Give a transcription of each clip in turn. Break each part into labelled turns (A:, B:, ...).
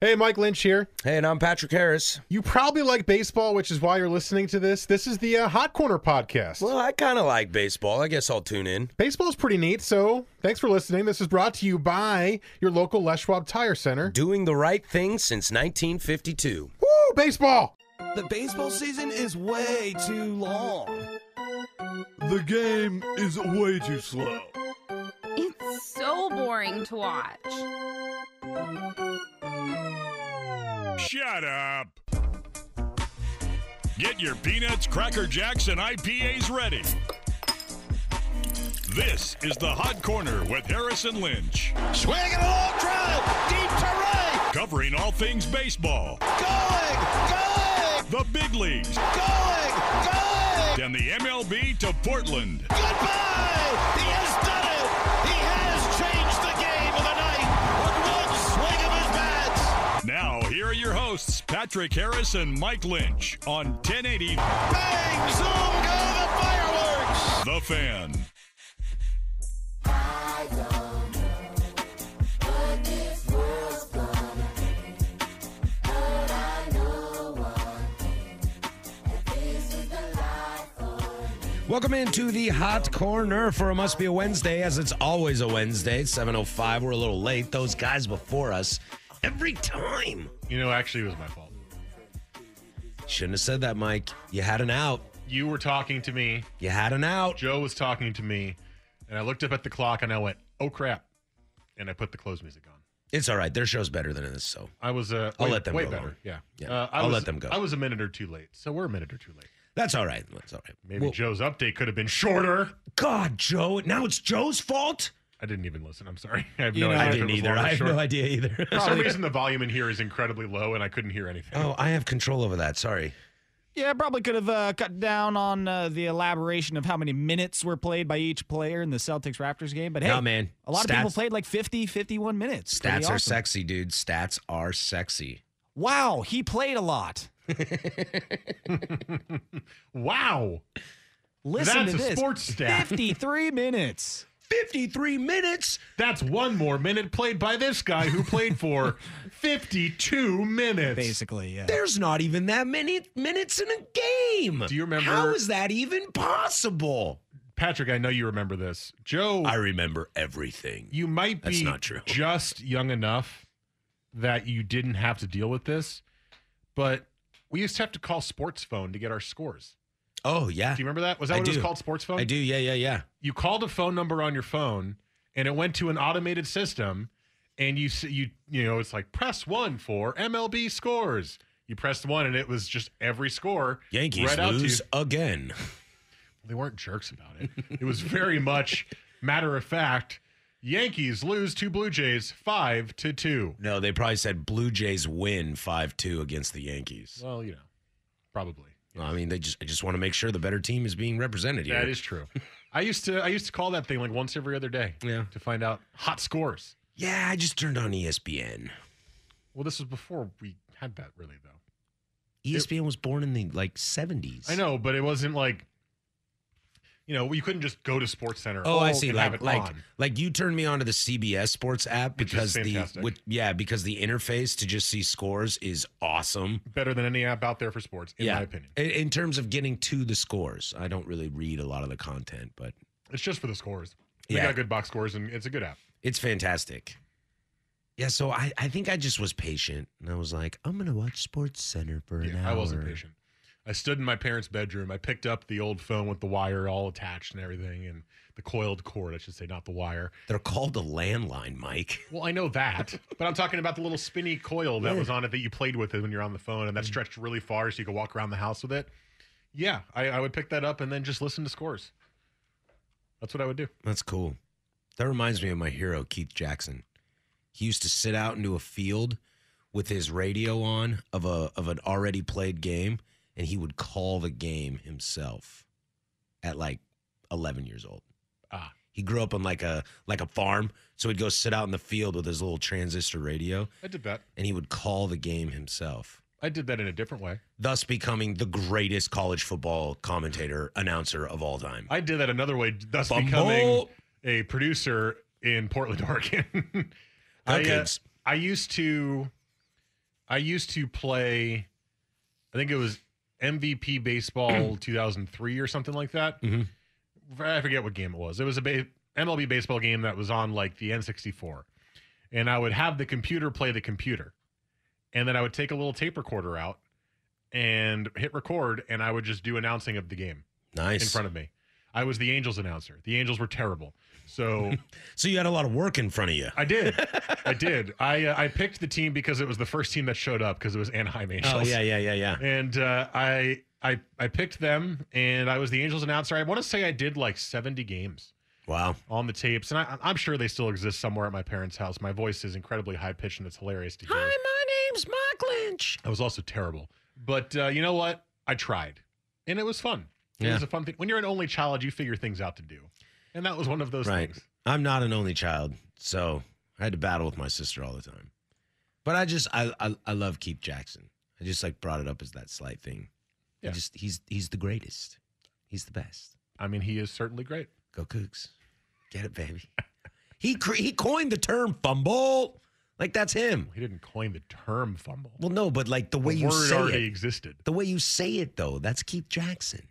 A: Hey, Mike Lynch here.
B: Hey, and I'm Patrick Harris.
A: You probably like baseball, which is why you're listening to this. This is the uh, Hot Corner podcast.
B: Well, I kind of like baseball. I guess I'll tune in.
A: Baseball's pretty neat, so thanks for listening. This is brought to you by your local Les Schwab Tire Center.
B: Doing the right thing since 1952.
A: Woo, baseball!
C: The baseball season is way too long. The game is way too slow.
D: It's so boring to watch.
E: Shut up. Get your peanuts, cracker jacks, and IPAs ready. This is the Hot Corner with Harrison Lynch,
C: Swing and a long drive, deep to right,
E: covering all things baseball,
C: going, going,
E: the big leagues,
C: going, going.
E: and the MLB to Portland.
C: Goodbye. He has done it. He has changed the game of the night with one swing of his bat.
E: Now, here are your hosts, Patrick Harris and Mike Lynch on 1080
C: Bang, zoom, go the fireworks.
E: The Fan.
B: Welcome into the hot corner for it must be a Wednesday, as it's always a Wednesday. 7:05. We're a little late. Those guys before us, every time.
A: You know, actually, it was my fault.
B: Shouldn't have said that, Mike. You had an out.
A: You were talking to me,
B: You had an out.
A: Joe was talking to me, and I looked up at the clock and I went, oh crap. And I put the close music on.
B: It's all right. Their show's better than this, so
A: I was uh,
B: I'll
A: way,
B: let them
A: way
B: go,
A: better.
B: Lauren.
A: Yeah.
B: Yeah,
A: Uh, I
B: I'll
A: was,
B: let them go.
A: I was a minute or two late, so we're a minute or two late.
B: that's all right. That's all right.
A: Maybe
B: Well,
A: Joe's update could have been shorter.
B: God, Joe. Now it's Joe's fault.
A: I didn't even listen. I'm sorry. I have
B: You
A: no
B: know,
A: idea.
B: I
A: if
B: didn't
A: it was
B: either.
A: long or
B: I have
A: short.
B: no idea either.
A: For some reason, the volume in here is incredibly low, and I couldn't hear anything.
B: oh, I have control over that. Sorry.
F: Yeah, probably could have uh, cut down on uh, the elaboration of how many minutes were played by each player in the Celtics Raptors game. But hey,
B: Nah, man.
F: a lot of people
B: Stats-
F: played like 50, 51 minutes.
B: Stats
F: Pretty
B: are
F: awesome.
B: sexy, dude. Stats are sexy.
F: Wow, he played a lot.
A: Wow.
F: Listen
A: That's
F: to
A: a
F: this.
A: sports stat.
F: 53 minutes.
B: 53 minutes.
A: That's one more minute played by this guy who played for 52 minutes.
F: Basically, yeah.
B: There's not even that many minutes in a game.
A: Do you remember-
B: How is that even possible?
A: Patrick, I know you remember this. Joe,
B: I remember everything.
A: you might be
B: That's not true.
A: just young enough that you didn't have to deal with this, but we used to have to call sports phone to get our scores.
B: oh, yeah.
A: Do you remember that? Was that
B: I
A: what it
B: do.
A: was called, sports phone?
B: I do. Yeah, yeah, yeah.
A: you called a phone number on your phone and it went to an automated system and you s- you you know it's like press 1 for MLB scores. You pressed 1 and it was just every score
B: Yankees
A: read out to
B: lose
A: you.
B: again.
A: They weren't jerks about it. It was very much matter of fact. Yankees lose to Blue Jays 5 to 2.
B: No, they probably said Blue Jays win 5 2 against the Yankees.
A: Well, you know, probably.
B: I mean, they just I just want to make sure the better team is being represented here.
A: That is true. I used to I used to call that thing like once every other day
B: Yeah.
A: to find out hot scores.
B: yeah, I just turned on E ESPN.
A: Well, this was before we had that really though.
B: ESPN was born in the like 70s.
A: I know, Oh, but it wasn't like, you know, you couldn't just go to Sports Center.
B: Oh, I see.
A: and have
B: Like,
A: it
B: like,
A: on.
B: like you turned me on to the CBS Sports app
A: Which is
B: because the
A: fantastic.
B: which, yeah because the interface to just see scores is awesome.
A: better than any app out there for sports, in
B: yeah,
A: my opinion.
B: In, in terms of getting to the scores, I don't really read a lot of the content, but
A: It's just for the scores. They
B: Yeah.
A: got good box scores, and it's a good app.
B: It's fantastic. Yeah, so I, I think I just was patient and I was like, I'm gonna watch Sports Center for an
A: Yeah,
B: hour.
A: I wasn't patient. I stood in my parents' bedroom. I picked up the old phone with the wire all attached and everything, and the coiled cord, I should say, not the wire.
B: They're called a landline, Mike.
A: Well, I know that, but I'm talking about the little spinny coil that was on it that you played with it when you're on the phone,
B: Mm.
A: and that stretched really far so you could walk around the house with it. Yeah, I, I would pick that up and then just listen to scores. That's what I would do.
B: That's cool. That reminds me of my hero, Keith Jackson. He used to sit out into a field with his radio on of a of an already played game, and he would call the game himself at like eleven years old.
A: Ah.
B: He grew up on like a like a farm, so he'd go sit out in the field with his little transistor radio
A: I did that.
B: and he would call the game himself,
A: I did that in a different way.
B: thus becoming the greatest college football commentator announcer of all time.
A: I did that another way, thus
B: Bumble.
A: becoming a producer in Portland, Oregon. I,
B: Okay.
A: uh, I used to, I used to play. I think it was MVP baseball 2003 or something like that.
B: Mhm.
A: I forget what game it was. It was a ba- MLB baseball game that was on like the N64, and I would have the computer play the computer, and then I would take a little tape recorder out and hit record, and I would just do announcing of the game
B: nice.
A: in front of me. I was the Angels announcer. The Angels were terrible. So
B: so you had a lot of work in front of you.
A: I did. I did. I uh, I picked the team because it was the first team that showed up because it was Anaheim Angels.
B: Oh yeah, yeah, yeah, yeah.
A: And uh, I I I picked them and I was the Angels announcer. I want to say I did like 70 games
B: Wow.
A: on the tapes and I, I'm sure they still exist somewhere at my parents' house. My voice is incredibly high pitched and it's hilarious to hear.
B: my name's Mark Lynch.
A: I was also terrible. But uh, you know what? I tried, and it was fun. It
B: Yeah.
A: was a fun thing. When you're an only child, you figure things out to do, and that was one of those
B: Right.
A: things.
B: I'm not an only child, so I had to battle with my sister all the time. But I just I I, I love Keith Jackson. I just like brought it up as that slight thing. Yeah.
A: Yeah.
B: just he's he's the greatest. He's the best.
A: I mean, he is certainly great.
B: Go Cougs. Get it, baby. he cre- he coined the term fumble. Like that's him.
A: He didn't coin the term fumble.
B: Well, no, but like the
A: the
B: way you
A: word
B: say
A: already
B: it.
A: existed.
B: The way you say it though, that's Keith Jackson.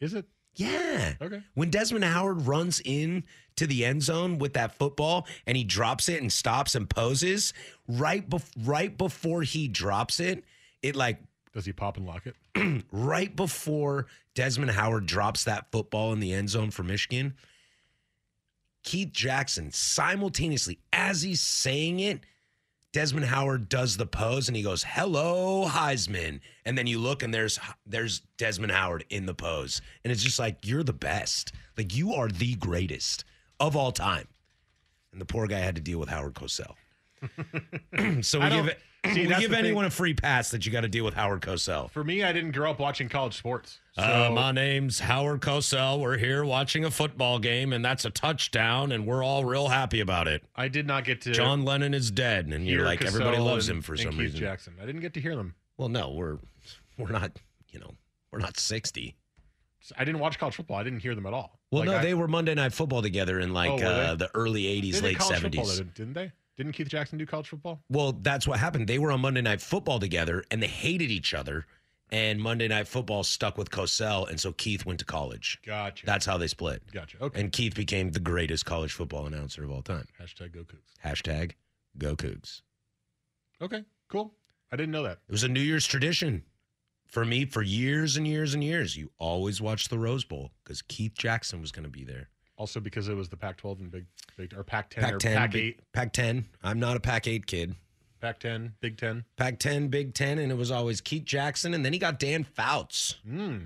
A: Is it?
B: Yeah.
A: Okay.
B: When Desmond Howard runs in to the end zone with that football and he drops it and stops and poses, right bef- right before he drops it, it like
A: Does he pop and lock it?
B: right before Desmond Howard drops that football in the end zone for Michigan, Keith Jackson simultaneously as he's saying it, Desmond Howard does the pose and he goes, "Hello, Heisman." And then you look and there's there's Desmond Howard in the pose. And it's just like, "You're the best. Like you are the greatest of all time." And the poor guy had to deal with Howard Cosell. so we
A: I
B: give
A: don't-
B: it,
A: see,
B: we
A: that's
B: give
A: the thing.
B: anyone a free pass that you got to deal with Howard Cosell.
A: For me, I didn't grow up watching college sports. So
B: Uh, my name's Howard Cosell. We're here watching a football game, and that's a touchdown, and we're all real happy about it.
A: I did not get to
B: John Lennon is dead, and
A: hear
B: you're like everybody
A: Cassell
B: loves
A: and-
B: him for
A: and
B: some
A: Keith
B: reason.
A: Jackson. I didn't get to hear them.
B: Well, no, we're we're not, you know, we're not sixty.
A: I didn't watch college football. I didn't hear them at all.
B: Well,
A: Like,
B: no,
A: I-
B: they were Monday Night Football together in like
A: Oh, were
B: uh,
A: they?
B: the early
A: they
B: '80s,
A: did
B: late
A: college football,
B: '70s.
A: didn't- didn't they? Didn't Keith Jackson do college football?
B: Well, that's what happened. They were on Monday Night Football together, and they hated each other. And Monday Night Football stuck with Cosell, and so Keith went to college.
A: Gotcha.
B: That's how they split.
A: gotcha. Okay.
B: And Keith became the greatest college football announcer of all time.
A: Hashtag go Cougs.
B: Hashtag Go Cougs.
A: Okay, cool. I didn't know that.
B: It was a New Year's tradition for me for years and years and years. You always watch the Rose Bowl because Keith Jackson was going to be there.
A: Also because it was the Pac-12 and Big, Big or Pac-10 or
B: Pac-10,
A: Pac-8,
B: Big- Pac-10. I'm not a Pac-8 kid.
A: Pac-10, Big 10.
B: Pac-10, Big Ten, and it was always Keith Jackson, and then he got Dan Fouts,
A: Mm,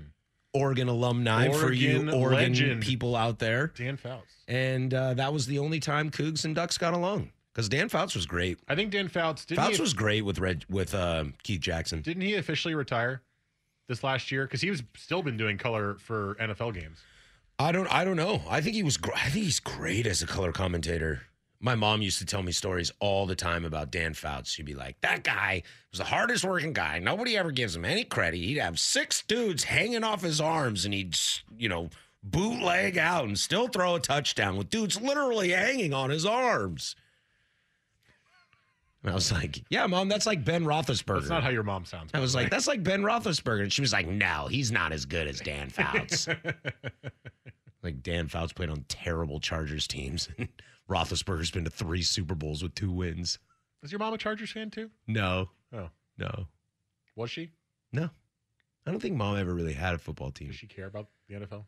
B: Oregon alumni for you
A: Oregon
B: Oregon
A: legend.
B: people out there.
A: Dan Fouts.
B: And uh, that was the only time Cougs and Ducks got along because Dan Fouts was great.
A: I think Dan Fouts didn't
B: Fouts
A: he,
B: was great with Red with uh, Keith Jackson.
A: didn't he officially retire this last year because he was still been doing color for NFL games.
B: I don't. I don't know. I think he was. gr- I think he's great as a color commentator. My mom used to tell me stories all the time about Dan Fouts. She'd be like, "That guy was the hardest working guy. Nobody ever gives him any credit. He'd have six dudes hanging off his arms, and he'd, you know, bootleg out and still throw a touchdown with dudes literally hanging on his arms." And I was like, "Yeah, mom, that's like Ben Roethlisberger."
A: That's not how your mom sounds.
B: I was like, "That's like Ben Roethlisberger," and she was like, "No, he's not as good as Dan Fouts." Like Dan Fouts played on terrible Chargers teams. And Roethlisberger's been to three Super Bowls with two wins.
A: Is your mom a Chargers fan too?
B: No,
A: Oh,
B: no,
A: was she?
B: no. I don't think mom ever really had a football team.
A: Does she care about the NFL?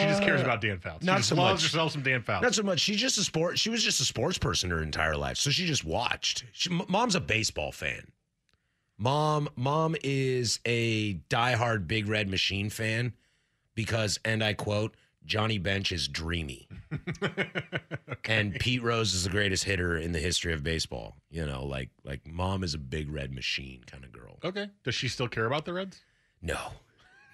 A: she just cares
B: Uh,
A: about Dan Fouts.
B: not
A: she just
B: so
A: loves
B: much.
A: herself some Dan Fouts.
B: Not so much. She's just a sport. She was just a sports person her entire life, so she just watched. She, m- mom's a baseball fan. Mom, mom is a diehard Big Red Machine fan because, and I quote, Johnny Bench is dreamy, and Pete Rose is the greatest hitter in the history of baseball. You know, like like mom is a Big Red Machine kind of girl.
A: okay. Does she still care about the Reds?
B: No,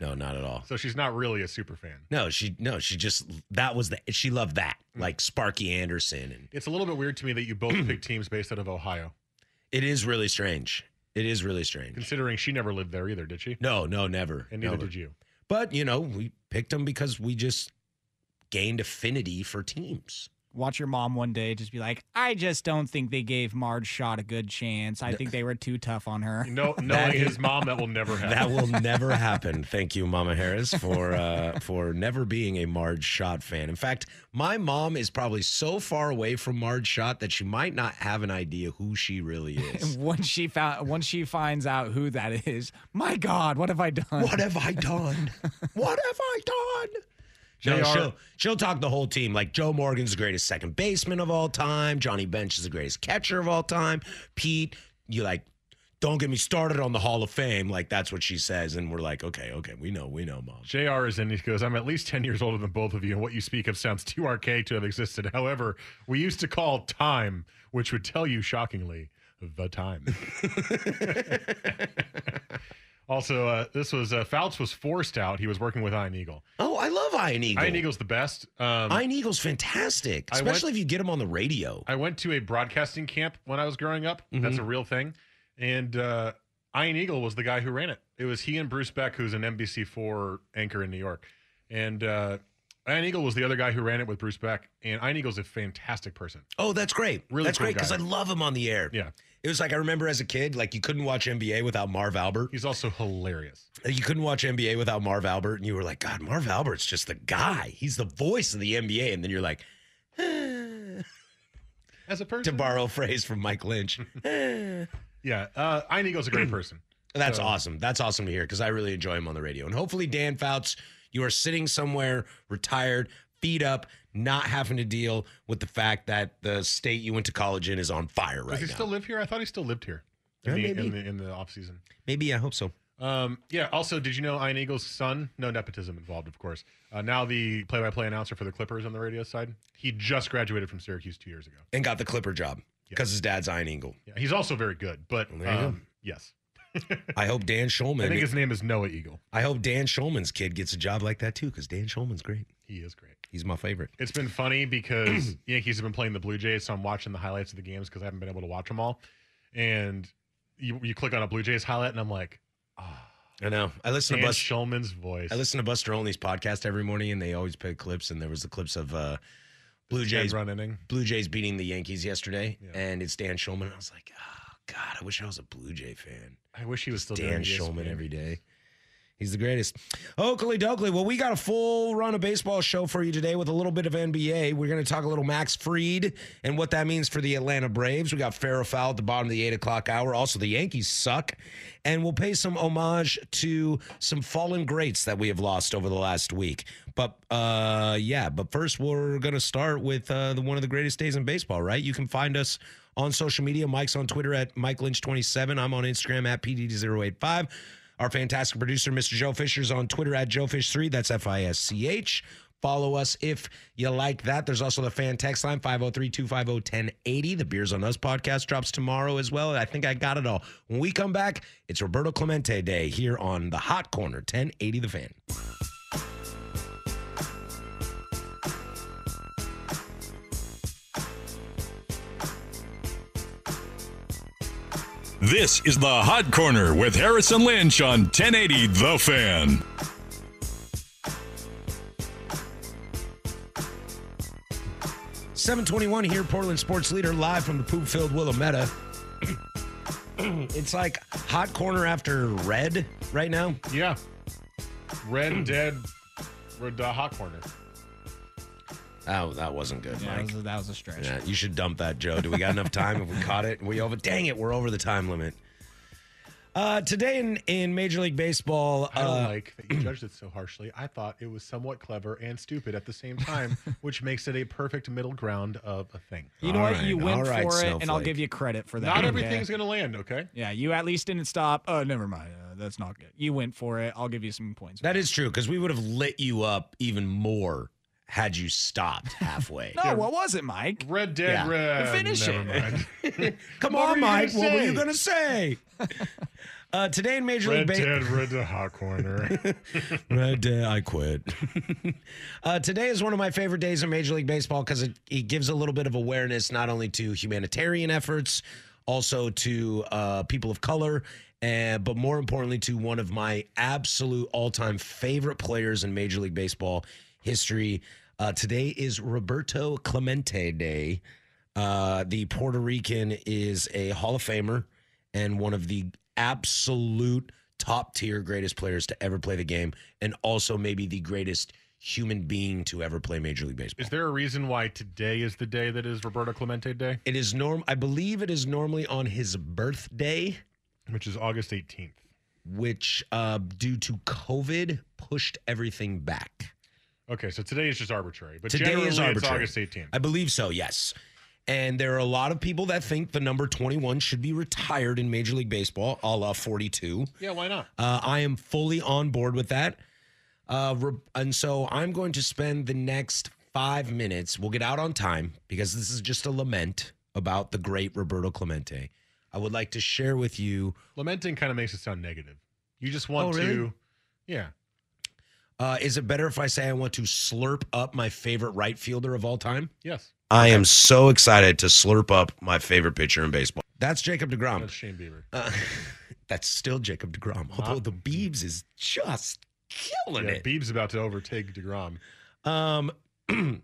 B: no, not at all.
A: So she's not really a super fan.
B: No, she no, she just that was the she loved that like Sparky Anderson and
A: It's a little bit weird to me that you both pick teams based out of Ohio,
B: It is really strange. It is really strange.
A: considering she never lived there either, did she?
B: No, no, never.
A: And neither
B: never.
A: did you.
B: But you know, we picked them because we just gained affinity for teams.
F: Watch your mom one day just be like, I just don't think they gave Marge Shot a good chance. I think they were too tough on her.
A: No, knowing his mom, that will never happen.
B: That will never happen. Thank you, Mama Harris, for uh, for never being a Marge Shot fan. In fact, my mom is probably so far away from Marge Shot that she might not have an idea who she really
F: And
B: is.
F: once she found, once she finds out who that is, my God, what have I done?
B: what have I done? What have I done? No,
A: JR
B: she'll, she'll talk the whole team. Like Joe Morgan's the greatest second baseman of all time. Johnny Bench is the greatest catcher of all time. Pete, you like, don't get me started on the Hall of Fame. Like that's what she says, and we're like, okay, okay, we know, we know, mom.
A: JR is in. He goes, I'm at least 10 years older than both of you, and what you speak of sounds too archaic to have existed. However, we used to call time, which would tell you shockingly, the time. also, uh, this was uh, Fouts was forced out. He was working with Iron Eagle.
B: Oh, I love Iron Eagle.
A: Iron Eagle's the best. Um,
B: Iron Eagle's fantastic,
A: I went-
B: especially if you get him on the radio.
A: I went to a broadcasting camp when I was growing up.
B: Mm-hmm.
A: That's a real thing. And uh, Ian Eagle was the guy who ran it. It was he and Bruce Beck, who's an NBC4 anchor in New York. And uh, Ian Eagle was the other guy who ran it with Bruce Beck. And Ian Eagle's a fantastic person.
B: Oh, that's great.
A: Really
B: that's
A: cool
B: great because
A: guy.
B: I love him on the air.
A: Yeah.
B: It was like I remember as a kid, like you couldn't watch NBA without Marv Albert.
A: He's also hilarious.
B: You couldn't watch NBA without Marv Albert, and you were like, God, Marv Albert's just the guy. He's the voice of the NBA. And then you're like,
A: As a
B: to
A: person.
B: borrow a phrase from Mike Lynch.
A: yeah. Uh, Ian Eagle's a great person.
B: That's
A: So-
B: awesome. That's awesome to hear because I really enjoy him on the radio. And hopefully, Dan Fouts, you are sitting somewhere retired, feet up, not having to deal with the fact that the state you went to college in is on fire
A: Does
B: right
A: he
B: now.
A: still live here? I thought he still lived here in,
B: Yeah,
A: the, in,
B: maybe.
A: the, in the off season.
B: Maybe I hope so.
A: Um, yeah. Also, did you know Ian Eagle's son? No nepotism involved, of course. Uh, now the play-by-play announcer for the Clippers on the radio side. He just graduated from Syracuse two years ago.
B: And got the Clipper job because his dad's Iron Eagle.
A: Yeah, he's also very good, but
B: There you go.
A: um, yes,
B: I hope Dan Schulman.
A: I think his name is Noah Eagle.
B: I hope Dan Schulman's kid gets a job like that too because Dan Schulman's great.
A: He is great.
B: He's my favorite.
A: It's been funny because Yankees have been playing the Blue Jays, so I'm watching the highlights of the games because I haven't been able to watch them all. And you, you click on a Blue Jays highlight, and I'm like,
B: I know. I listen
A: Dan
B: to Bus.
A: Shulman's voice.
B: I listen to Buster Olney's podcast every morning, and they always play clips. And there was the clips of uh, Blue Jays
A: run inning.
B: Blue Jays beating the Yankees yesterday,
A: Yeah.
B: and it's Dan Schulman. I was like, oh God, I wish I was a Blue Jay fan.
A: I wish he was still doing
B: Dan
A: E
B: Schulman
A: ESPN.
B: every day. He's the greatest. Oakley Doakley. Well, we got a full run of baseball show for you today with a little bit of NBA. We're going to talk a little Max Freed and what that means for the Atlanta Braves. We got Farrah Fowl at the bottom of the eight o'clock hour. Also, the Yankees suck. And we'll pay some homage to some fallen greats that we have lost over the last week. But uh, yeah, but first, we're going to start with uh, the, one of the greatest days in baseball, right? You can find us on social media. Mike's on Twitter at Mike Lynch27. I'm on Instagram at PD085. Our fantastic producer, Mr. Joe Fisher's on Twitter at JoeFish3. That's F I S C H. Follow us if you like that. There's also the fan text line, 503 250 1080. The Beers on Us podcast drops tomorrow as well. I think I got it all. When we come back, it's Roberto Clemente Day here on the Hot Corner, 1080 The Fan.
E: This is the Hot Corner with Harrison Lynch on 1080 The Fan.
B: Seven twenty-one here, Portland sports leader, live from the poop-filled Willamette. it's like hot corner after red right now.
A: Yeah. Red Dead Red uh, Hot Corner.
B: Oh, that wasn't good,
F: Yeah, that,
B: Mike.
F: was a, that was a stretch.
B: Yeah, you should dump that, Joe. Do we got enough time? If we caught it, we over. Dang it, we're over the time limit. Uh, today in, in Major League Baseball,
A: I don't
B: uh,
A: like that you judged it so harshly. I thought it was somewhat clever and stupid at the same time, which makes it a perfect middle ground of a thing.
F: You know
B: All
F: what?
B: right,
F: you
B: all
F: went
B: right,
F: for it, and I'll
B: Snowflake.
F: give you credit for that.
A: Not
F: Yeah.
A: everything's going to land, okay?
F: Yeah, you at least didn't stop. Oh, never mind. Uh, that's not good. You went for it. I'll give you some points. for
B: that is true because we would have lit you up even more had you stopped halfway.
F: No, what was it, Mike?
A: Red Dead
B: Yeah.
A: Red.
F: Finish
A: Never
F: it.
A: mind.
B: Come
A: What were
B: on,
A: you
B: Mike.
A: gonna
B: What were you
A: say?
B: gonna say? uh, today in Major League
A: Red
B: Baseball.
A: Dead Red the Hot Corner.
B: Red Day, I quit. uh, today is one of my favorite days in Major League Baseball because it, it gives a little bit of awareness not only to humanitarian efforts, also to uh, people of color, and, but more importantly to one of my absolute all time favorite players in Major League Baseball history. Uh, today is Roberto Clemente Day. Uh, the Puerto Rican is a Hall of Famer and one of the absolute top tier greatest players to ever play the game, and also maybe the greatest human being to ever play Major League Baseball.
A: is there a reason why today is the day that is Roberto Clemente Day,
B: it is norm. I believe it is normally on his birthday,
A: which is August 18th?
B: which uh, due to COVID pushed everything back.
A: Okay, so today is just arbitrary, but
B: Today
A: generally
B: is arbitrary.
A: it's August 18th.
B: I believe so. Yes. And there are a lot of people that think the number 21 should be retired in Major League Baseball, a la 42.
A: yeah, why not?
B: Uh, I am fully on board with that. Uh, re- and so I'm going to spend the next five minutes. We'll get out on time because this is just a lament about the great Roberto Clemente. I would like to share with you
A: Lamenting kind of makes it sound negative. You just want
B: Oh, really?
A: to, yeah.
B: uh, is it better if I say I want to slurp up my favorite right fielder of all time?
A: Yes,
B: I am so excited to slurp up my favorite pitcher in baseball. That's Jacob DeGrom.
A: that's Shane Bieber.
B: Uh, that's still Jacob DeGrom, although the Beebs is just killing
A: Yeah,
B: it.
A: Beeb's about to overtake Degrom.
B: Um,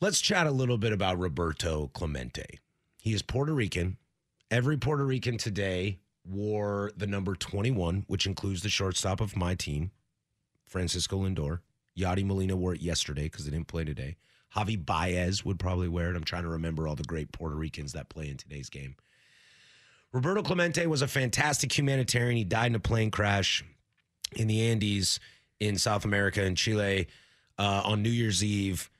B: let's chat a little bit about Roberto Clemente. He is Puerto Rican. Every Puerto Rican today wore the number 21, which includes the shortstop of my team, Francisco Lindor. Yadi Molina wore it yesterday because they didn't play today. Javi Baez would probably wear it. I'm trying to remember all the great Puerto Ricans that play in today's game. Roberto Clemente was a fantastic humanitarian. He died in a plane crash in the Andes in South America in Chile uh, on New Year's Eve,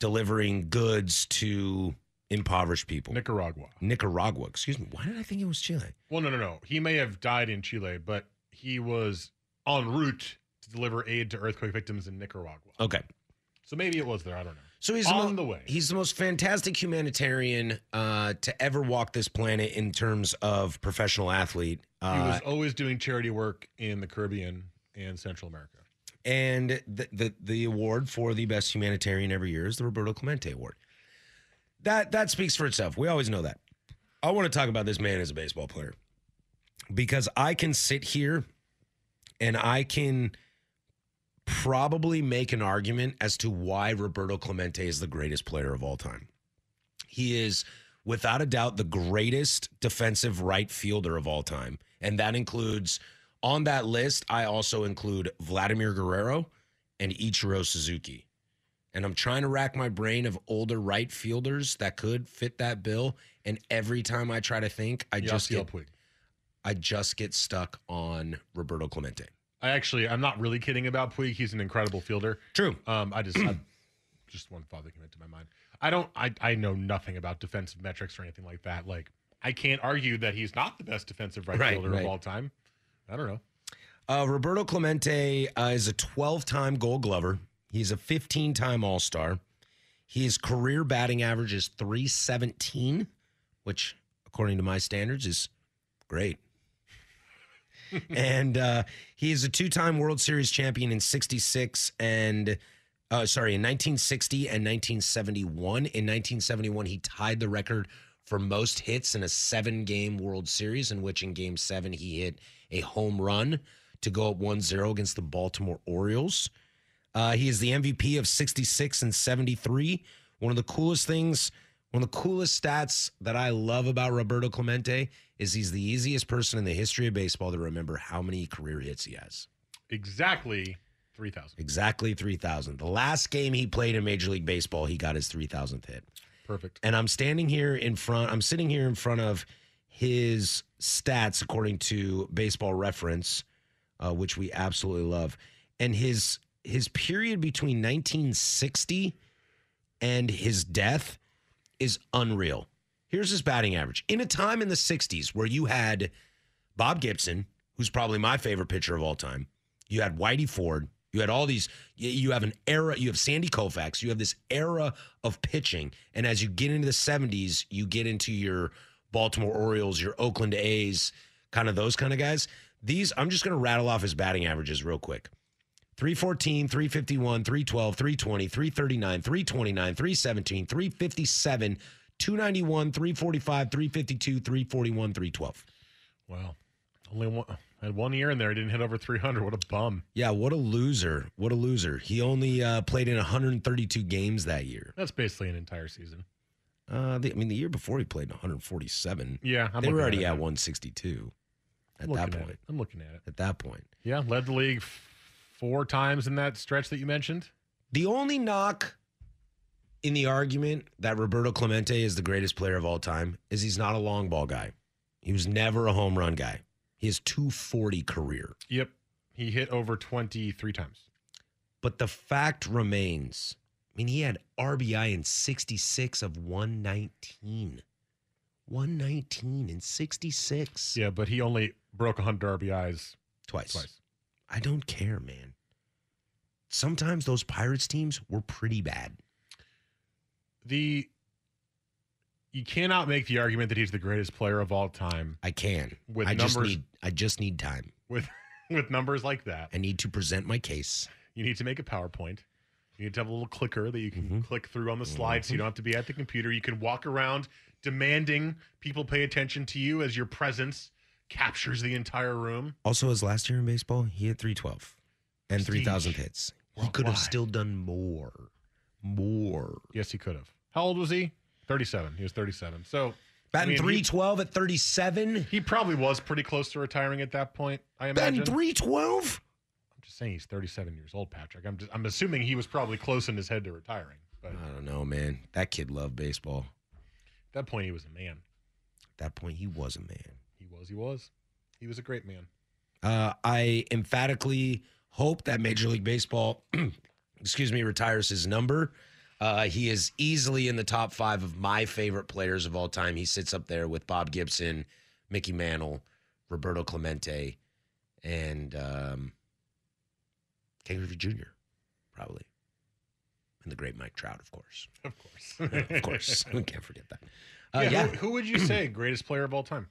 B: delivering goods to impoverished people.
A: Nicaragua.
B: Nicaragua, excuse me. Why did I think it was Chile?
A: Well, no, no, no. He may have died in Chile, but he was en route to deliver aid to earthquake victims in Nicaragua.
B: Okay.
A: So maybe it was there. I don't know.
B: So he's
A: On
B: mo-
A: the way.
B: He's the most fantastic humanitarian uh, to ever walk this planet in terms of professional athlete. Uh,
A: He was always doing charity work in the Caribbean and Central America.
B: and the, the the award for the best humanitarian every year is the Roberto Clemente Award. That that speaks for itself. We always know that. I want to talk about this man as a baseball player because I can sit here and I can probably make an argument as to why Roberto Clemente is the greatest player of all time. He is without a doubt the greatest defensive right fielder of all time. And that includes on that list, I also include Vladimir Guerrero and Ichiro Suzuki. And I'm trying to rack my brain of older right fielders that could fit that bill. And every time I try to think, I just
A: Yasiel
B: get
A: Puig.
B: I just get stuck on Roberto Clemente.
A: I actually, I'm not really kidding about Puig. He's an incredible fielder.
B: True.
A: Um, I just, I, just one thought that came into my mind. I don't, I, I know nothing about defensive metrics or anything like that. Like, I can't argue that he's not the best defensive right,
B: Right,
A: fielder
B: right.
A: of all time. I don't know.
B: Uh, Roberto Clemente uh, is a 12 time gold glover. He's a 15 time All Star. His career batting average is 317, which, according to my standards, is great. and uh, he is a two time World Series champion in 66 and. Uh, sorry, in 1960 and 1971. In 1971, he tied the record for most hits in a seven game World Series, in which in game seven, he hit a home run to go up 1 0 against the Baltimore Orioles. Uh, he is the MVP of 66 and 73. One of the coolest things, one of the coolest stats that I love about Roberto Clemente is he's the easiest person in the history of baseball to remember how many career hits he has.
A: Exactly 3,000.
B: Exactly 3,000. The last game he played in Major League Baseball, he got his 3,000th hit.
A: Perfect.
B: And I'm standing here in front, I'm sitting here in front of his stats according to baseball reference, uh, which we absolutely love. And his his period between 1960 and his death is unreal. Here's his batting average. In a time in the 60s where you had Bob Gibson, who's probably my favorite pitcher of all time, you had Whitey Ford, you had all these, y- you have an era, you have Sandy Koufax, you have this era of pitching. And as you get into the 70s, you get into your Baltimore Orioles, your Oakland A's, kind of those kind of guys. These, I'm just going to rattle off his batting averages real quick. 314, 351, 312, 320, 339, 329, 317, 357, 291, 345, 352, 341, 312.
A: Wow. Only one. I had one year in there. I didn't hit over 300. What a bum.
B: Yeah, what a loser. What a loser. He only uh, played in 132 games that year.
A: That's basically an entire season.
B: Uh, the, I mean, the year before he played in 147.
A: Yeah.
B: they were
A: looking
B: already
A: it now.
B: at 162 at
A: I'm
B: that
A: looking
B: point.
A: it. I'm looking at it.
B: At that point.
A: Yeah. Led the league f- four times in that stretch that you mentioned.
B: The only knock in the argument that Roberto Clemente is the greatest player of all time is he's not a long ball guy. He was never a home run guy. He has 240 career.
A: Yep. He hit over 23 times.
B: But the fact remains, I mean, he had RBI in 66 of 119. 119 in 66.
A: Yeah, but he only broke 100 RBIs
B: Twice.
A: twice.
B: I don't care, man. Sometimes those Pirates teams were pretty bad.
A: The you cannot make the argument that he's the greatest player of all time
B: I can.
A: With
B: I just
A: numbers-
B: need I just need time.
A: with with numbers like that.
B: I need to present my case.
A: You need to make a PowerPoint. You need to have a little clicker that you can
B: Mhm.
A: click through on the slide so you don't have to be at the computer. You can walk around demanding people pay attention to you as your presence captures the entire room.
B: Also, as last year in baseball, he hit 312 and
A: Prestige.
B: 3,000 hits. He could have
A: Worldwide.
B: still done more. More.
A: Yes, he could have. How old was he? 37. He was 37. So
B: Batting
A: mean, he-
B: 312 at 37?
A: he probably was pretty close to retiring at that point, I imagine.
B: Batting 312?
A: I'm just saying he's 37 years old, Patrick. I'm just, I'm assuming he was probably close in his head to retiring, but
B: I
A: at
B: don't know, man. That kid loved baseball.
A: that point he was a man.
B: At that point, he was a man.
A: He was, he was, he was a great man.
B: Uh, I emphatically hope that Major League Baseball, excuse me, retires his number. Uh, he is easily in the top five of my favorite players of all time. He sits up there with Bob Gibson, Mickey Mantle, Roberto Clemente, and um, Ken Griffey Jr. Probably, and the great Mike Trout, of course.
A: Of course,
B: of course, we can't forget that. Uh,
A: yeah,
B: yeah,
A: Who, who would you say greatest player of all time?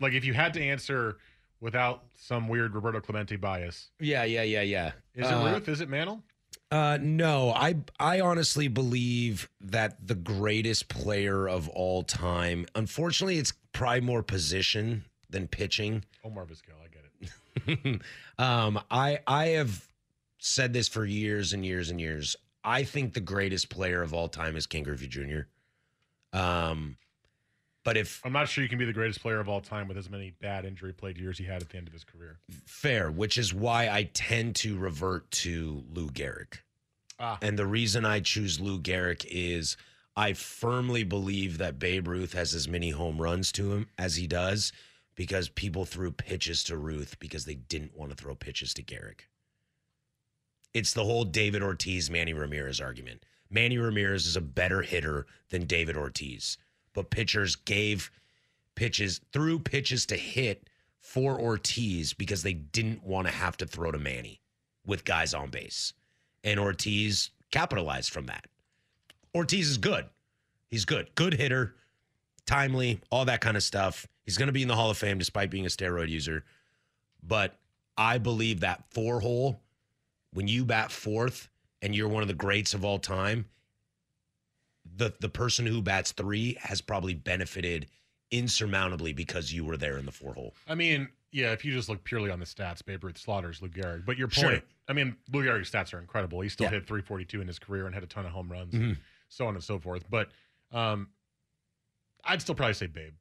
A: Like if you had to answer without some weird Roberto Clemente bias,
B: yeah, yeah, yeah, yeah.
A: is it
B: Uh,
A: Ruth? Is it Mantle?
B: Uh, no, I I honestly believe that the greatest player of all time. Unfortunately, it's probably more position than pitching.
A: Omar Vizquel, I get it.
B: um, I I have said this for years and years and years. I think the greatest player of all time is King Griffey Jr. Um, but if
A: I'm not sure you can be the greatest player of all time with as many bad injury played years he had at the end of his career.
B: fair, which is why I tend to revert to Lou Gehrig.
A: Ah,
B: And the reason I choose Lou Gehrig is I firmly believe that Babe Ruth has as many home runs to him as he does because people threw pitches to Ruth because they didn't want to throw pitches to Gehrig. It's the whole David Ortiz, Manny Ramirez argument. Manny Ramirez is a better hitter than David Ortiz, but pitchers gave pitches, threw pitches to hit for Ortiz because they didn't want to have to throw to Manny with guys on base and Ortiz capitalized from that. Ortiz is good. He's good. Good hitter, timely, all that kind of stuff. He's going to be in the Hall of Fame despite being a steroid user. But I believe that four hole, when you bat fourth and you're one of the greats of all time, the the person who bats three has probably benefited insurmountably because you were there in the four hole.
A: I mean, yeah, if you just look purely on the stats, Babe Ruth slaughters Lou Gehrig. But your
B: Sure.
A: point, I mean, Lou Gehrig's stats are incredible. He still
B: Yeah.
A: hit 342 in his career and had a ton of home runs,
B: Mhm.
A: so on and so forth. But um, I'd still probably say Babe.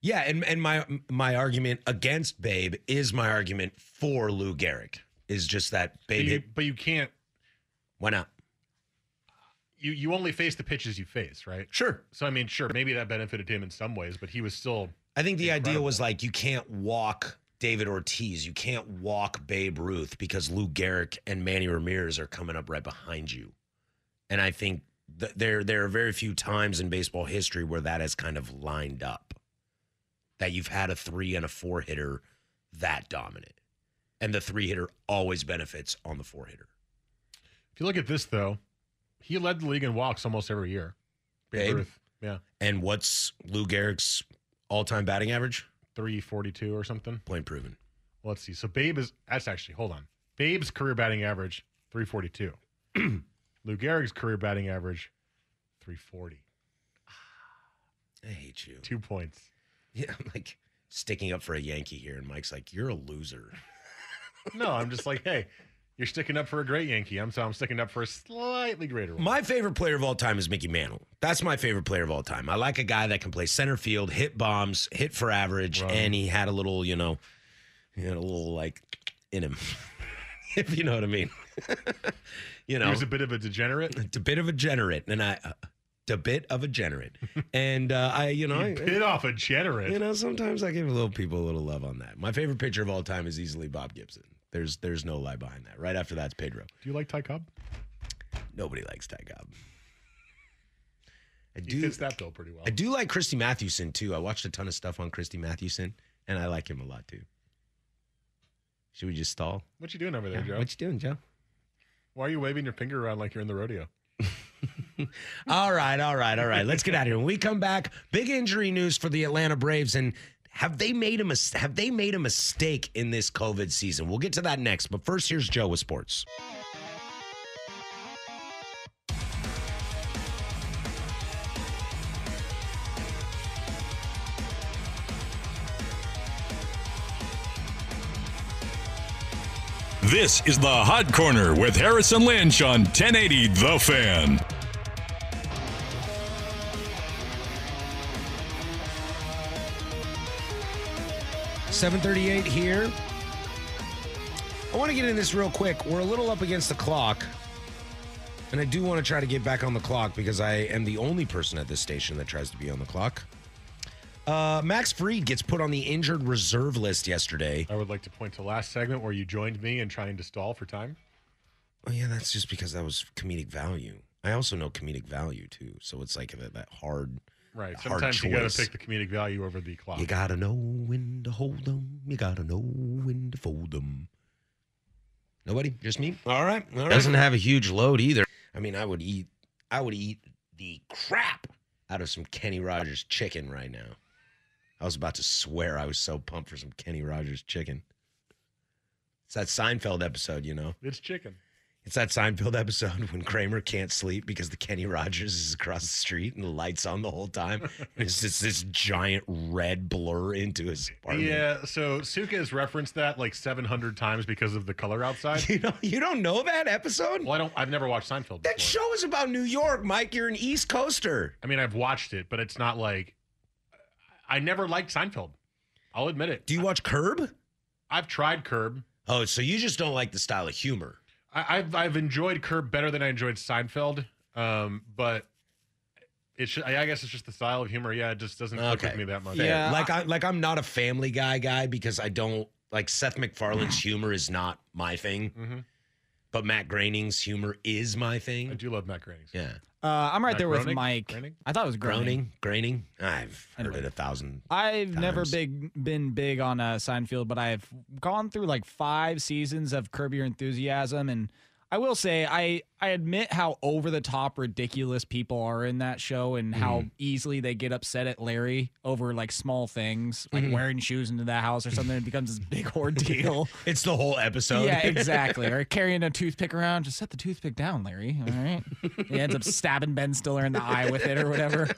B: Yeah, and and my my argument against Babe is my argument for Lou Gehrig. is just that
A: But
B: babe
A: you,
B: hit.
A: but you can't.
B: Why not?
A: You you only face the pitches you face, right?
B: Sure.
A: So I mean, sure, maybe that benefited him in some ways, but he was still
B: I think the idea was like you can't walk David Ortiz, you can't walk Babe Ruth because Lou Gehrig and Manny Ramirez are coming up right behind you. And I think th- there there are very few times in baseball history where that has kind of lined up. That you've had a 3 and a 4 hitter that dominant. And the 3 hitter always benefits on the 4 hitter.
A: If you look at this though, he led the league in walks almost every year.
B: Babe?
A: Ruth, yeah,
B: And what's Lou Gehrig's all-time batting average?
A: three forty two or something.
B: Point proven.
A: Well, let's see. So Babe is that's actually hold on. Babe's career batting average three forty two. Lou Gehrig's career batting average three forty.
B: I hate you.
A: Two points.
B: Yeah, I'm like sticking up for a Yankee here, and Mike's like, "You're a loser."
A: No, I'm just like, hey, you're sticking up for a great Yankee. I'm so I'm sticking up for a slightly greater one.
B: My favorite player of all time is Mickey Mantle. That's my favorite player of all time. I like a guy that can play center field, hit bombs, hit for average,
A: Right.
B: and he had a little, you know, he had a little like in him, if you know what I mean. you know,
A: He was a bit of a degenerate.
B: a bit of a generate, and I, uh, a bit of a generate, and uh, I, you know,
A: He
B: I,
A: bit off a generate.
B: You know, sometimes I give little people a little love on that. My favorite pitcher of all time is easily Bob Gibson. There's there's no lie behind that. Right after that's Pedro.
A: Do you like Ty Cobb?
B: Nobody likes Ty Cobb. I
A: He
B: do
A: fits that bill pretty well.
B: I do like Christy Mathewson too. I watched a ton of stuff on Christy Mathewson, and I like him a lot too. Should we just stall?
A: What you doing over there,
B: Yeah.
A: Joe?
B: What you doing, Joe?
A: Why are you waving your finger around like you're in the rodeo?
B: All right, all right, all right. Let's get out of here. When we come back, big injury news for the Atlanta Braves, and have they made a mis- have they made a mistake in this COVID season? We'll get to that next. But first, here's Joe with sports.
E: This is the Hot Corner with Harrison Lynch on 1080 The Fan.
B: Seven thirty-eight here. I want to get in this real quick. We're a little up against the clock, and I do want to try to get back on the clock because I am the only person at this station that tries to be on the clock. Uh, Max Fried gets put on the injured reserve list yesterday.
A: I would like to point to last segment where you joined me in trying to stall for time.
B: Oh yeah, that's just because that was comedic value. I also know comedic value too, so it's like that, that hard.
A: Right.
B: Hard
A: Sometimes you got
B: choice.
A: to pick the comedic value over the clock.
B: You gotta know when to hold them. You gotta know when to fold them. Nobody, just me. All right, all right. Doesn't have a huge load either. I mean, I would eat, I would eat the crap out of some Kenny Rogers chicken right now. I was about to swear I was so pumped for some Kenny Rogers chicken. It's that Seinfeld episode, you know.
A: it's chicken.
B: It's that Seinfeld episode when Kramer can't sleep because the Kenny Rogers is across the street and the lights on the whole time. And it's just this giant red blur into his apartment.
A: Yeah. So Suka has referenced that like 700 times because of the color outside.
B: You know, you don't know that episode?
A: well, I don't. I've never watched Seinfeld.
B: That
A: before.
B: show is about New York, Mike. You're an East Coaster.
A: I mean, I've watched it, but it's not like I never liked Seinfeld. I'll admit it.
B: Do you watch Curb?
A: I've tried Curb.
B: Oh, so you just don't like the style of humor.
A: I, I've I've enjoyed Curb better than I enjoyed Seinfeld. Um, but it's ju- I guess it's just the style of humor. Yeah, it just doesn't click
B: Okay.
A: with me that much.
F: Yeah.
B: Like I like I'm not a family guy guy because I don't like Seth MacFarlane's humor is not my thing,
A: Mhm.
B: but Matt Groening's humor is my
A: I
B: thing.
A: do love Matt Groening.
B: Yeah.
F: Uh, I'm right
A: Not
F: there with
A: Groening?
F: Mike.
A: Groening?
F: I thought it was Groening.
B: Groaning, graining. I've heard
F: Anyway.
B: it a thousand.
F: I've never
B: Times.
F: big been big on uh, Seinfeld, but I've gone through like five seasons of Curb Your Enthusiasm, and I will say I I admit how over the top ridiculous people are in that show, and how easily they get upset at Larry over like small things, like wearing shoes into the house or something. It becomes this big ordeal.
B: It's the whole episode.
F: yeah, exactly. Or carrying a toothpick around, just set the toothpick down, Larry. All right. he ends up stabbing Ben Stiller in the eye with it or whatever.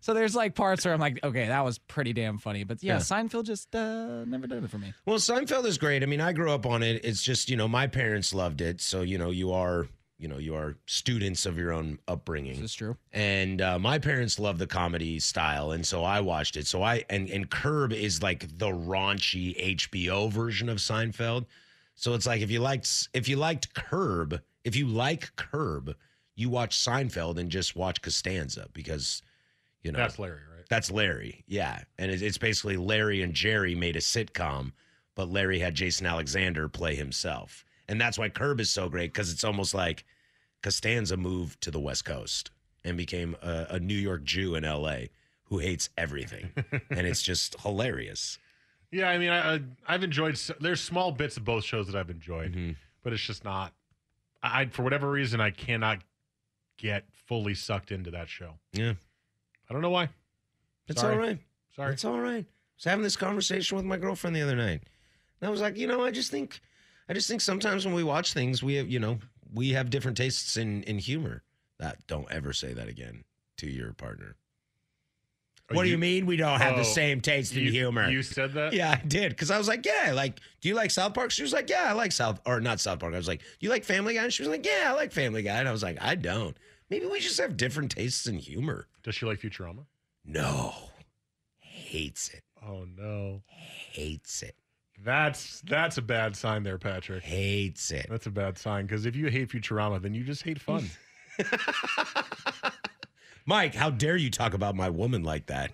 F: So there's like parts where I'm like, okay, that was pretty damn funny. But yeah,
B: Yeah.
F: Seinfeld just uh, never did it for me.
B: well, Seinfeld is great. I mean, I grew up on it. It's just you know my parents loved it, so you know you are you know you are students of your own upbringing.
F: This is true.
B: and uh, my parents love the comedy style and so i watched it so i and and curb is like the raunchy hbo version of seinfeld So it's like if you liked if you liked Curb, if you like Curb, you watch Seinfeld and just watch Costanza because you know
A: That's Larry, right?
B: that's Larry. Yeah. And it- it's basically Larry and Jerry made a sitcom, but Larry had Jason Alexander play himself. And that's why Curb is so great because it's almost like Costanza moved to the West Coast and became a, a New York Jew in LA who hates everything. and it's just hilarious.
A: Yeah, I mean, I, I I've enjoyed. s- There's small bits of both shows that I've enjoyed,
B: Mm-hmm.
A: but it's just not. I I- for whatever reason I cannot get fully sucked into that show.
B: Yeah.
A: I don't know why.
B: It's
A: Sorry.
B: all right.
A: Sorry.
B: It's all right. I was having this conversation with my girlfriend the other night. And I was like, you know, I just think I just think sometimes when we watch things, we have, you know, we have different tastes in in humor. That don't ever say that again to your partner.
A: Oh,
B: what do you mean we don't have
A: oh,
B: the same taste
A: you,
B: in humor?
A: You said that.
B: yeah, I did. Cause I was like, yeah, like, do you like South Park? She was like, yeah, I like South or not South Park. I was like, do you like Family Guy? And she was like, yeah, I like Family Guy. And I was like, I don't. Maybe we just have different tastes in humor.
A: Does she like Futurama?
B: No. Hates it.
A: Oh no,
B: Hates it.
A: that's that's a bad sign there, Patrick.
B: hates it.
A: That's a bad sign because if you hate Futurama, then you just hate fun.
B: Mike, how dare you talk about my woman like that?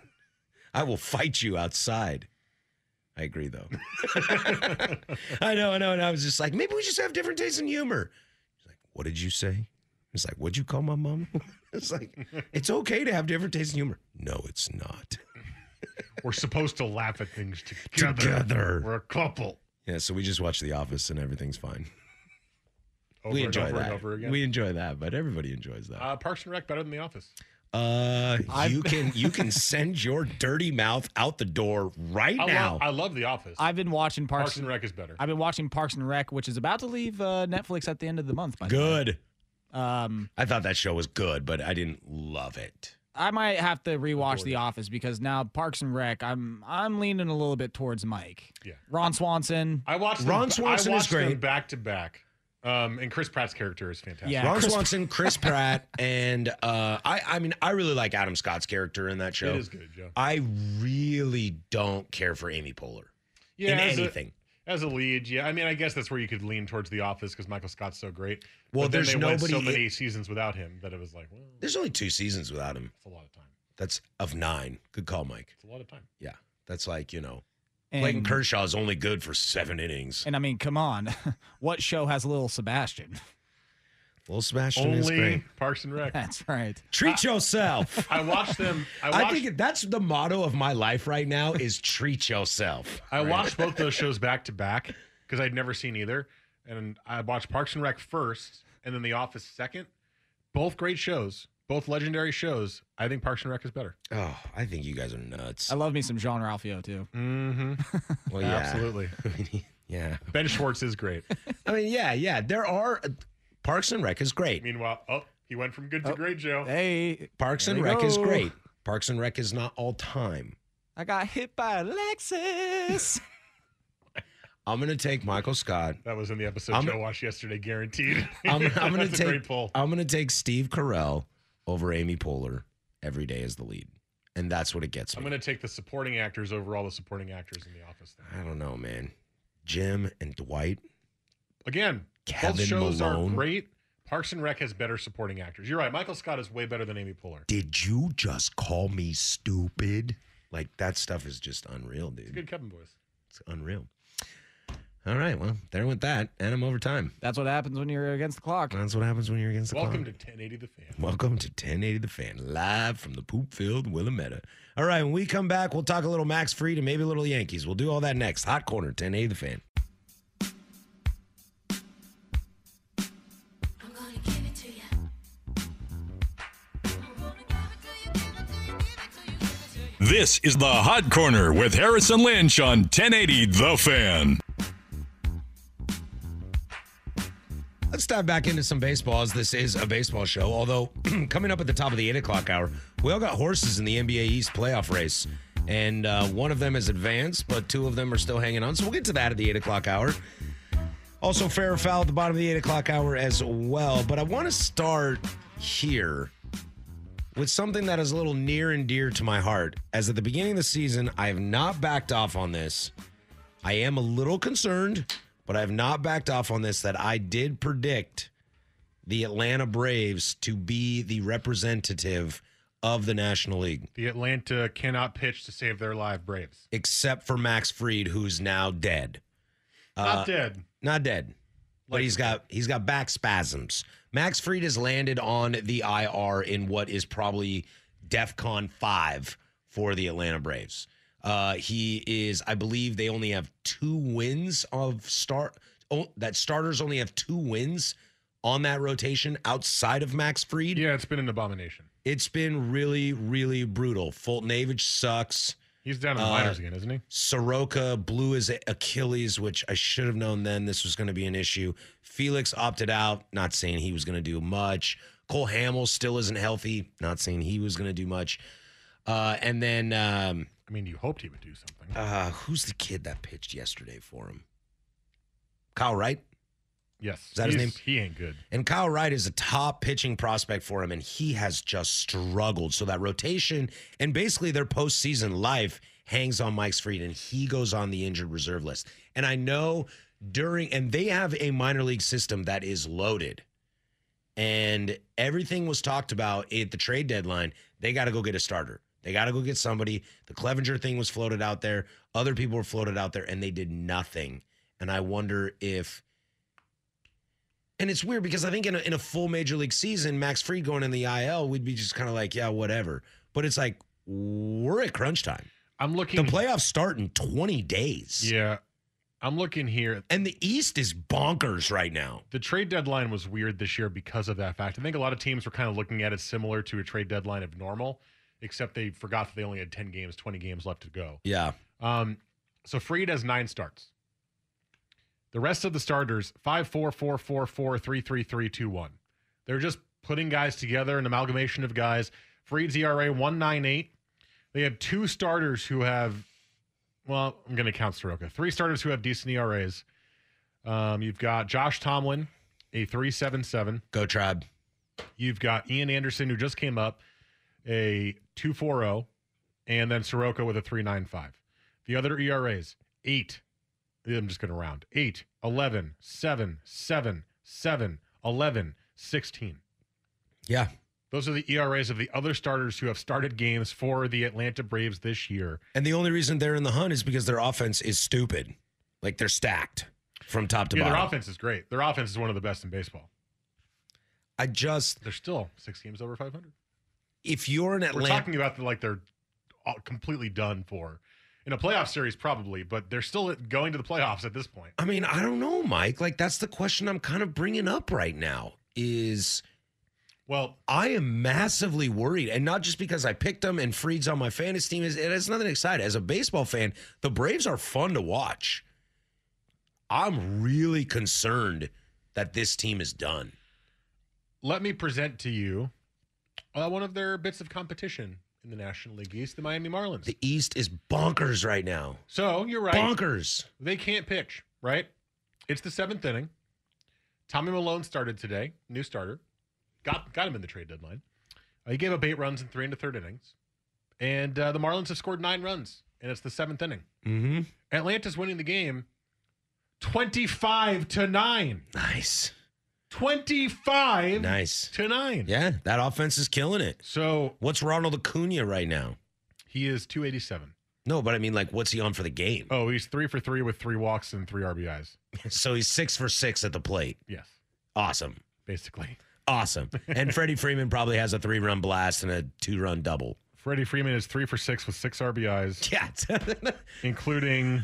B: I will fight you outside. I agree, though. I know, I know. And I was just like, maybe we just have different tastes in humor. She's like, what did you say? It's like, what'd you call my mom? It's like, it's okay to have different tastes in humor. No, it's not.
A: We're supposed to laugh at things together.
B: Together.
A: We're a couple.
B: Yeah, so we just watch The Office and everything's fine.
A: Over
B: we
A: and
B: enjoy
A: over
B: that.
A: and over again.
B: We enjoy that, but everybody enjoys that.
A: uh, Parks and Rec better than The Office.
B: Uh,
F: I've-
B: you can you can send your dirty mouth out the door right
A: I,
B: now.
A: Love, I love The Office.
F: I've been watching Parks,
A: Parks and Rec is better.
F: I've been watching Parks and Rec, which is about to leave uh, Netflix at the end of the month. By the way.
B: good.
F: Um,
B: I thought that show was good, but I didn't love it.
F: I might have to rewatch The Office because now Parks and Rec, I'm I'm leaning a little bit towards Mike.
A: Yeah.
F: Ron Swanson.
A: I watched
B: Ron
A: them,
B: Swanson
A: I
B: is
A: watched them
B: great.
A: back to back. Um, and Chris Pratt's character is fantastic.
F: Yeah,
B: Ron
F: Chris-
B: Swanson, Chris Pratt, and uh, I. I mean, I really like Adam Scott's character in that show.
A: it is good, Joe.
B: I really don't care for Amy Poehler
A: Yeah,
B: in
A: as a-
B: anything.
A: as a lead, yeah. I mean, I guess that's where you could lean towards The Office because Michael Scott's so great.
B: Well,
A: but then
B: there's
A: they went so
B: nobody-
A: many seasons without him that it was like, well,
B: There's only two seasons without him.
A: it's a lot of time.
B: That's of nine. Good call, Mike.
A: It's a lot of time.
B: Yeah, that's like you know,
F: and,
B: Clayton Kershaw is only good for seven innings.
F: And I mean, come on, what show has little Sebastian?
B: Little Sebastian is great.
A: Only Parks and Rec.
F: That's right.
B: Treat yourself.
A: I watched them. I watched.
B: I think that's the motto of my life right now is treat yourself.
A: I watched both those shows back to back because I'd never seen either, and I watched Parks and Rec first, and then The Office second. Both great shows, both legendary shows. I think Parks and Rec is better.
B: Oh, I think you guys are nuts.
F: I love me some John Ralphio too.
A: Mm-hmm.
B: Well, yeah.
A: Absolutely.
B: yeah.
A: Ben Schwartz is great.
B: I mean, yeah, yeah. There are uh, Parks and Rec is great.
A: Meanwhile, oh, he went from good to great, Joe.
F: Hey,
B: Parks and
F: There
B: Rec
F: you
B: is
F: go.
B: great. Parks and Rec is not all time.
F: I got hit by a Lexus.
B: I'm gonna take Michael Scott.
A: That was in the episode
B: I'm-
A: Joe watched yesterday, guaranteed.
B: I'm, I'm gonna
A: That's
B: take.
A: a great poll.
B: I'm gonna take Steve Carell over Amy Poehler every day as the lead, and that's what it gets me.
A: I'm gonna take the supporting actors over all the supporting actors in The Office. Thing.
B: I don't know, man. Jim and Dwight.
A: Again, both
B: Kevin
A: shows
B: Malone.
A: are great. Parks and Rec has better supporting actors. You're right. Michael Scott is way better than Amy Poehler.
B: Did you just call me stupid? Like that stuff is just unreal, dude.
A: It's a good Kevin voice.
B: It's unreal. All right, well, there went that, and I'm over time.
F: That's what happens when you're against the clock.
B: That's what happens when you're against the
A: Welcome
B: clock.
A: to 1080 The Fan.
B: Welcome to 1080 The Fan, live from the poop filled Willamette. All right, when we come back, we'll talk a little Max Freed and maybe a little Yankees. We'll do all that next. Hot Corner, 1080 The Fan.
G: I'm gonna give it to you. I'm gonna give it to you, give it to you, give it to you, give it to you.
E: This is the Hot Corner with Harrison Lynch on 1080 The Fan.
B: Let's dive back into some baseball as this is a baseball show. Although, coming up at the top of the 8 o'clock hour, we all got horses in the NBA East playoff race. And uh, one of them is advanced, but two of them are still hanging on. So we'll get to that at the 8 o'clock hour. Also, fair or foul at the bottom of the 8 o'clock hour as well. But I want to start here with something that is a little near and dear to my heart. As at the beginning of the season, I have not backed off on this. I am a little concerned but I have not backed off on this that I did predict the Atlanta Braves to be the representative of the National League,
A: The Atlanta cannot pitch to save their live Braves.
B: except for Max Fried, who's now dead. Uh,
A: Not dead.
B: Not dead. But
A: Like-
B: he's got he's got back spasms. Max Fried has landed on the IR in what is probably DEFCON five for the Atlanta Braves. Uh, he is, I believe, they only have two wins of start. Oh, that starters only have two wins on that rotation outside of Max Fried.
A: Yeah, it's been an abomination.
B: It's been really, really brutal. Fulton Avich sucks.
A: He's down in the
B: Uh,
A: minors again, isn't he?
B: Soroka blew his Achilles, which I should have known then this was going to be an issue. Felix opted out, not saying he was going to do much. Cole Hamill still isn't healthy, not saying he was going to do much. Uh, and then um,
A: I mean, you hoped he would do something.
B: uh, who's the kid that pitched yesterday for him? Kyle Wright.
A: yes.
B: that his
A: He's-
B: name?
A: He ain't good.
B: And Kyle Wright is a top pitching prospect for him, and he has just struggled. So that rotation and basically their postseason life hangs on Mike's Fried, and he goes on the injured reserve list. And I know during, and they have a minor league system that is loaded. And everything was talked about at the trade deadline. They got to go get a starter. They got to go get somebody. The Clevenger thing was floated out there. Other people were floated out there, and they did nothing. And I wonder if and it's weird because I think in a, in a full major league season, Max Fried going in the IL, we'd be just kind of like, yeah, whatever. But it's like we're at crunch time.
A: I'm
B: The
A: looking.
B: playoffs start in 20 days.
A: Yeah. I'm looking here.
B: And the East is bonkers right now.
A: The trade deadline was weird this year because of that fact. I think a lot of teams were kind of looking at it similar to a trade deadline of normal, except they forgot that they only had 10 games, 20 games left to go.
B: Yeah.
A: Um, so Freed has nine starts. The rest of the starters, five, four, four, four, four, three, three, three, two, one. They're just putting guys together, an amalgamation of guys. Freed's ERA one nine eight. They have two starters who have, well, I'm going to count Soroka. Three starters who have decent ERAs. Um, you've got Josh Tomlin, a three seven seven.
B: Go tribe.
A: You've got Ian Anderson, who just came up, a 240, and then Soroka with a 395. The other ERAs, eight. I'm just going to round. Eight, 11, 7, 7, 7, 11, 16.
B: Yeah.
A: Those are the ERAs of the other starters who have started games for the Atlanta Braves this year.
B: And the only reason they're in the hunt is because their offense is stupid. Like they're stacked from top to
A: Yeah, their
B: bottom.
A: offense is great. Their offense is one of the best in baseball.
B: I just,
A: They're still six games over 500.
B: if you're an
A: We're
B: Atlanta,
A: talking about the, like they're all completely done for in a playoff series, probably, but they're still going to the playoffs at this point.
B: I mean, I don't know, Mike. Like that's the question I'm kind of bringing up right now is.
A: Well,
B: I am massively worried, and not just because I picked them and Freed's on my fantasy team. Is it's nothing exciting. As a baseball fan, the Braves are fun to watch. I'm really concerned that this team is done.
A: let me present to you uh, one of their bits of competition in the National League East, the Miami Marlins.
B: The East is bonkers right now.
A: so you're right.
B: Bonkers.
A: They can't pitch, right? It's the seventh inning. Tommy Malone started today, new starter. Got got him in the trade deadline. Uh, he gave up eight runs in three and a third innings, and uh, the Marlins have scored nine runs, and it's the seventh inning.
B: Mm-hmm.
A: Atlanta's winning the game, twenty-five to nine.
B: Nice.
A: Twenty-five
B: Nice.
A: to nine.
B: Yeah, that offense is killing it.
A: So
B: What's Ronald Acuna right now?
A: he is two eighty-seven.
B: No, but I mean, like, what's he on for the game?
A: Oh, he's three for three with three walks and three RBIs.
B: So he's six for six at the plate.
A: Yes,
B: Awesome.
A: basically.
B: Awesome. And Freddie Freeman probably has a three run blast and a two run double.
A: Freddie Freeman is three for six with six RBIs,
B: Yeah.
A: including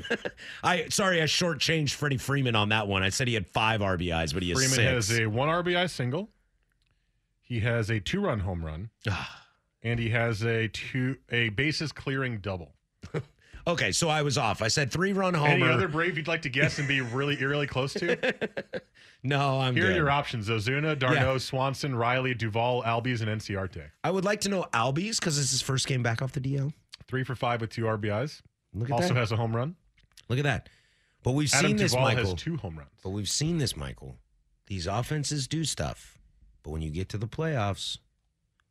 B: I sorry, I shortchanged Freddie Freeman on that one. I said he had five RBIs, but he has
A: Freeman
B: six.
A: has a one RBI single. He has a two run home run, and he has a two a bases clearing double.
B: okay, so I was off. I said three run
A: Any
B: homer.
A: other Brave you'd like to guess and be really eerily close to?
B: no, I'm
A: Here are
B: good.
A: your options: Ozuna, Darno, Swanson, Riley, Duvall, Albies, and Enciarte.
B: I would like to know Albies because it's his first game back off the DL.
A: Three for five with two RBIs.
B: Look at
A: Also
B: that.
A: has a home run.
B: Look at that. But we've
A: Adam
B: seen this,
A: Duvall
B: Michael.
A: has two home runs.
B: But we've seen this, Michael. These offenses do stuff, but when you get to the playoffs,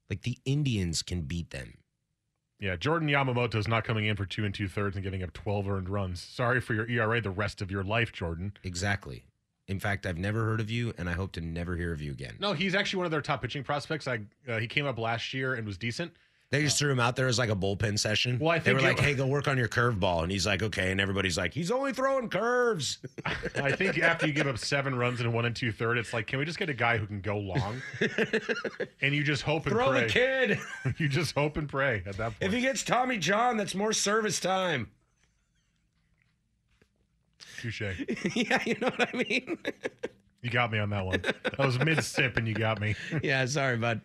B: like the Indians can beat them.
A: Yeah, Jordan Yamamoto is not coming in for two and two thirds and giving up 12 earned runs. Sorry for your ERA the rest of your life, Jordan.
B: Exactly. In fact, I've never heard of you, and I hope to never hear of you again.
A: No, he's actually one of their top pitching prospects. I uh, he came up last year and was decent.
B: They just threw him out there as like a bullpen session.
A: Well, I
B: they
A: think
B: were
A: it-
B: like, "Hey, go work on your curveball," and he's like, "Okay," and everybody's like, "He's only throwing curves."
A: I think after you give up seven runs in one and two third, it's like, can we just get a guy who can go long? and you just hope and
B: Throw the
A: pray.
B: kid.
A: You just hope and pray at that
B: If
A: point.
B: he gets Tommy John, that's more service time.
A: Touche.
B: yeah, you know what I mean.
A: You got me on that one. I was mid sip and you got me.
B: yeah, sorry, bud.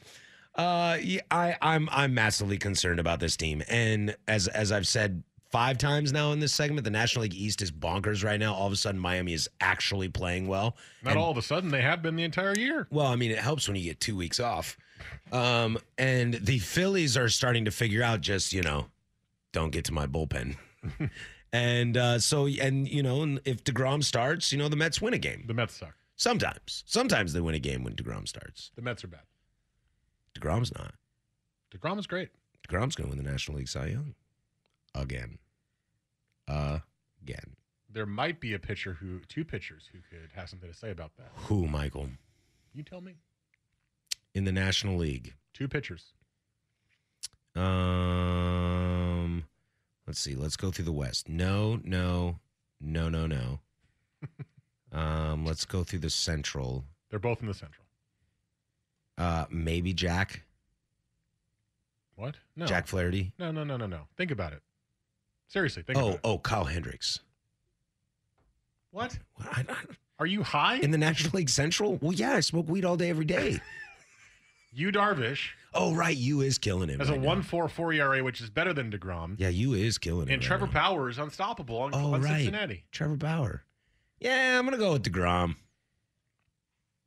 B: Uh, yeah, I, I'm I'm massively concerned about this team, and as as I've said five times now in this segment, the National League East is bonkers right now. All of a sudden, Miami is actually playing well.
A: Not all of a sudden, they have been the entire year.
B: Well, I mean, it helps when you get two weeks off. Um, and the Phillies are starting to figure out just, you know, don't get to my bullpen. and uh, so, and, you know, and if DeGrom starts, you know, the Mets win a game.
A: The Mets suck.
B: Sometimes. Sometimes they win a game when DeGrom starts.
A: The Mets are bad.
B: DeGrom's not.
A: DeGrom is great.
B: DeGrom's going to win the National League Cy Young again. Again.
A: There might be a pitcher who, two pitchers who could have something to say about that.
B: Who, Michael?
A: You tell me.
B: In the National League.
A: Two pitchers.
B: Um, let's see. Let's go through the West. No, no, no, no, no. um, let's go through the Central.
A: They're both in the Central.
B: Uh, maybe Jack,
A: What? No.
B: Jack Flaherty.
A: No, no, no, no, no. Think about it. Seriously, think about
B: Oh,
A: it.
B: oh, Kyle Hendricks.
A: What?
B: What, I- I-
A: Are you high?
B: In the National League Central? Well, yeah, I smoke weed all day, every day.
A: you Darvish
B: Oh, right, you is killing him.
A: has a
B: right now.
A: one four four ERA, which is better than Degrom,
B: Yeah, you is killing him.
A: and
B: right
A: Trevor
B: now.
A: Bauer is unstoppable on,
B: Oh,
A: on
B: right.
A: Cincinnati.
B: Trevor Bauer. Yeah, I'm gonna go with Degrom.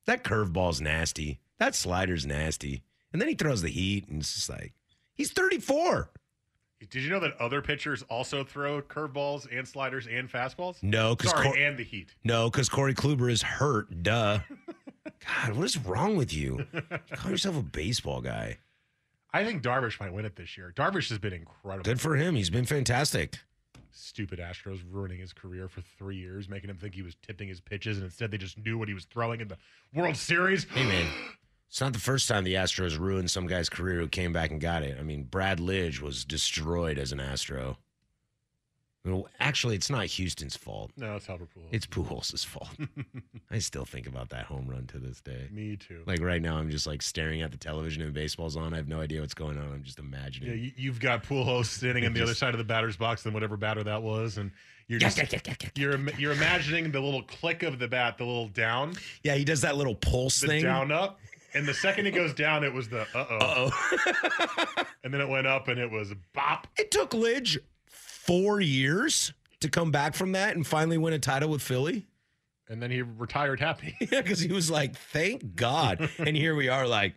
B: That curveball's nasty. That slider's nasty. And then he throws the heat, and it's just like he's 34.
A: Did you know that other pitchers also throw curveballs and sliders and fastballs?
B: No, because
A: Sorry,
B: Cor-
A: and the Heat.
B: no, because Corey Kluber is hurt. Duh. God, what is wrong with you? you call yourself a baseball guy.
A: I think Darvish might win it this year. Darvish has been incredible.
B: Good for him. He's been fantastic.
A: Stupid Astros ruining his career for three years, making him think he was tipping his pitches, and instead they just knew what he was throwing in the World Series.
B: Hey man, it's not the first time the Astros ruined some guy's career who came back and got it. I mean, Brad Lidge was destroyed as an Astro. Well, actually, it's not Houston's fault.
A: No, it's Halverpool.
B: It's Pujols' fault. I still think about that home run to this day.
A: me too.
B: Like right now, I'm just like staring at the television and baseball's on. I have no idea what's going on. I'm just imagining.
A: Yeah, you, you've got Pujols sitting on the other side of the batter's box than whatever batter that was, and you're just you're im- you're imagining the little click of the bat, the little down,
B: yeah, he does that little pulse
A: the
B: thing.
A: down up, and the second it goes down, it was the uh oh,
B: oh.
A: and then it went up, and it was bop.
B: It took Lidge four years to come back from that and finally win a title with Philly.
A: And then he retired happy.
B: Yeah, because he was like, "Thank God," and here we are. Like,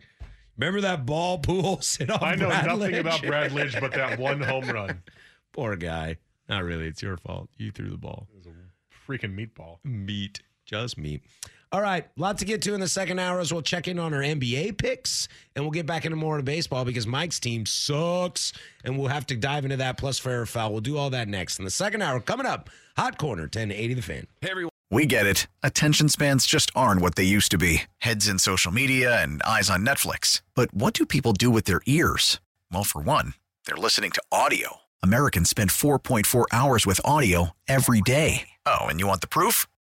B: remember that ball pool sit off?
A: I know
B: Brad
A: nothing
B: Lidge?"
A: about Brad Lidge but that one home run.
B: Poor guy. Not really. It's your fault. You threw the ball.
A: It was a freaking meatball.
B: Meat, just meat. All right, lot to get to in the second hour as we'll check in on our NBA picks and we'll get back into more into baseball because Mike's team sucks and we'll have to dive into that plus fair or foul. We'll do all that next in the second hour. Coming up, hot corner, ten to eighty, the fan.
H: We get it. Attention spans just aren't what they used to be heads in social media and eyes on Netflix. But what do people do with their ears? Well, for one, they're listening to audio. Americans spend 4.4 hours with audio every day. Oh, and you want the proof?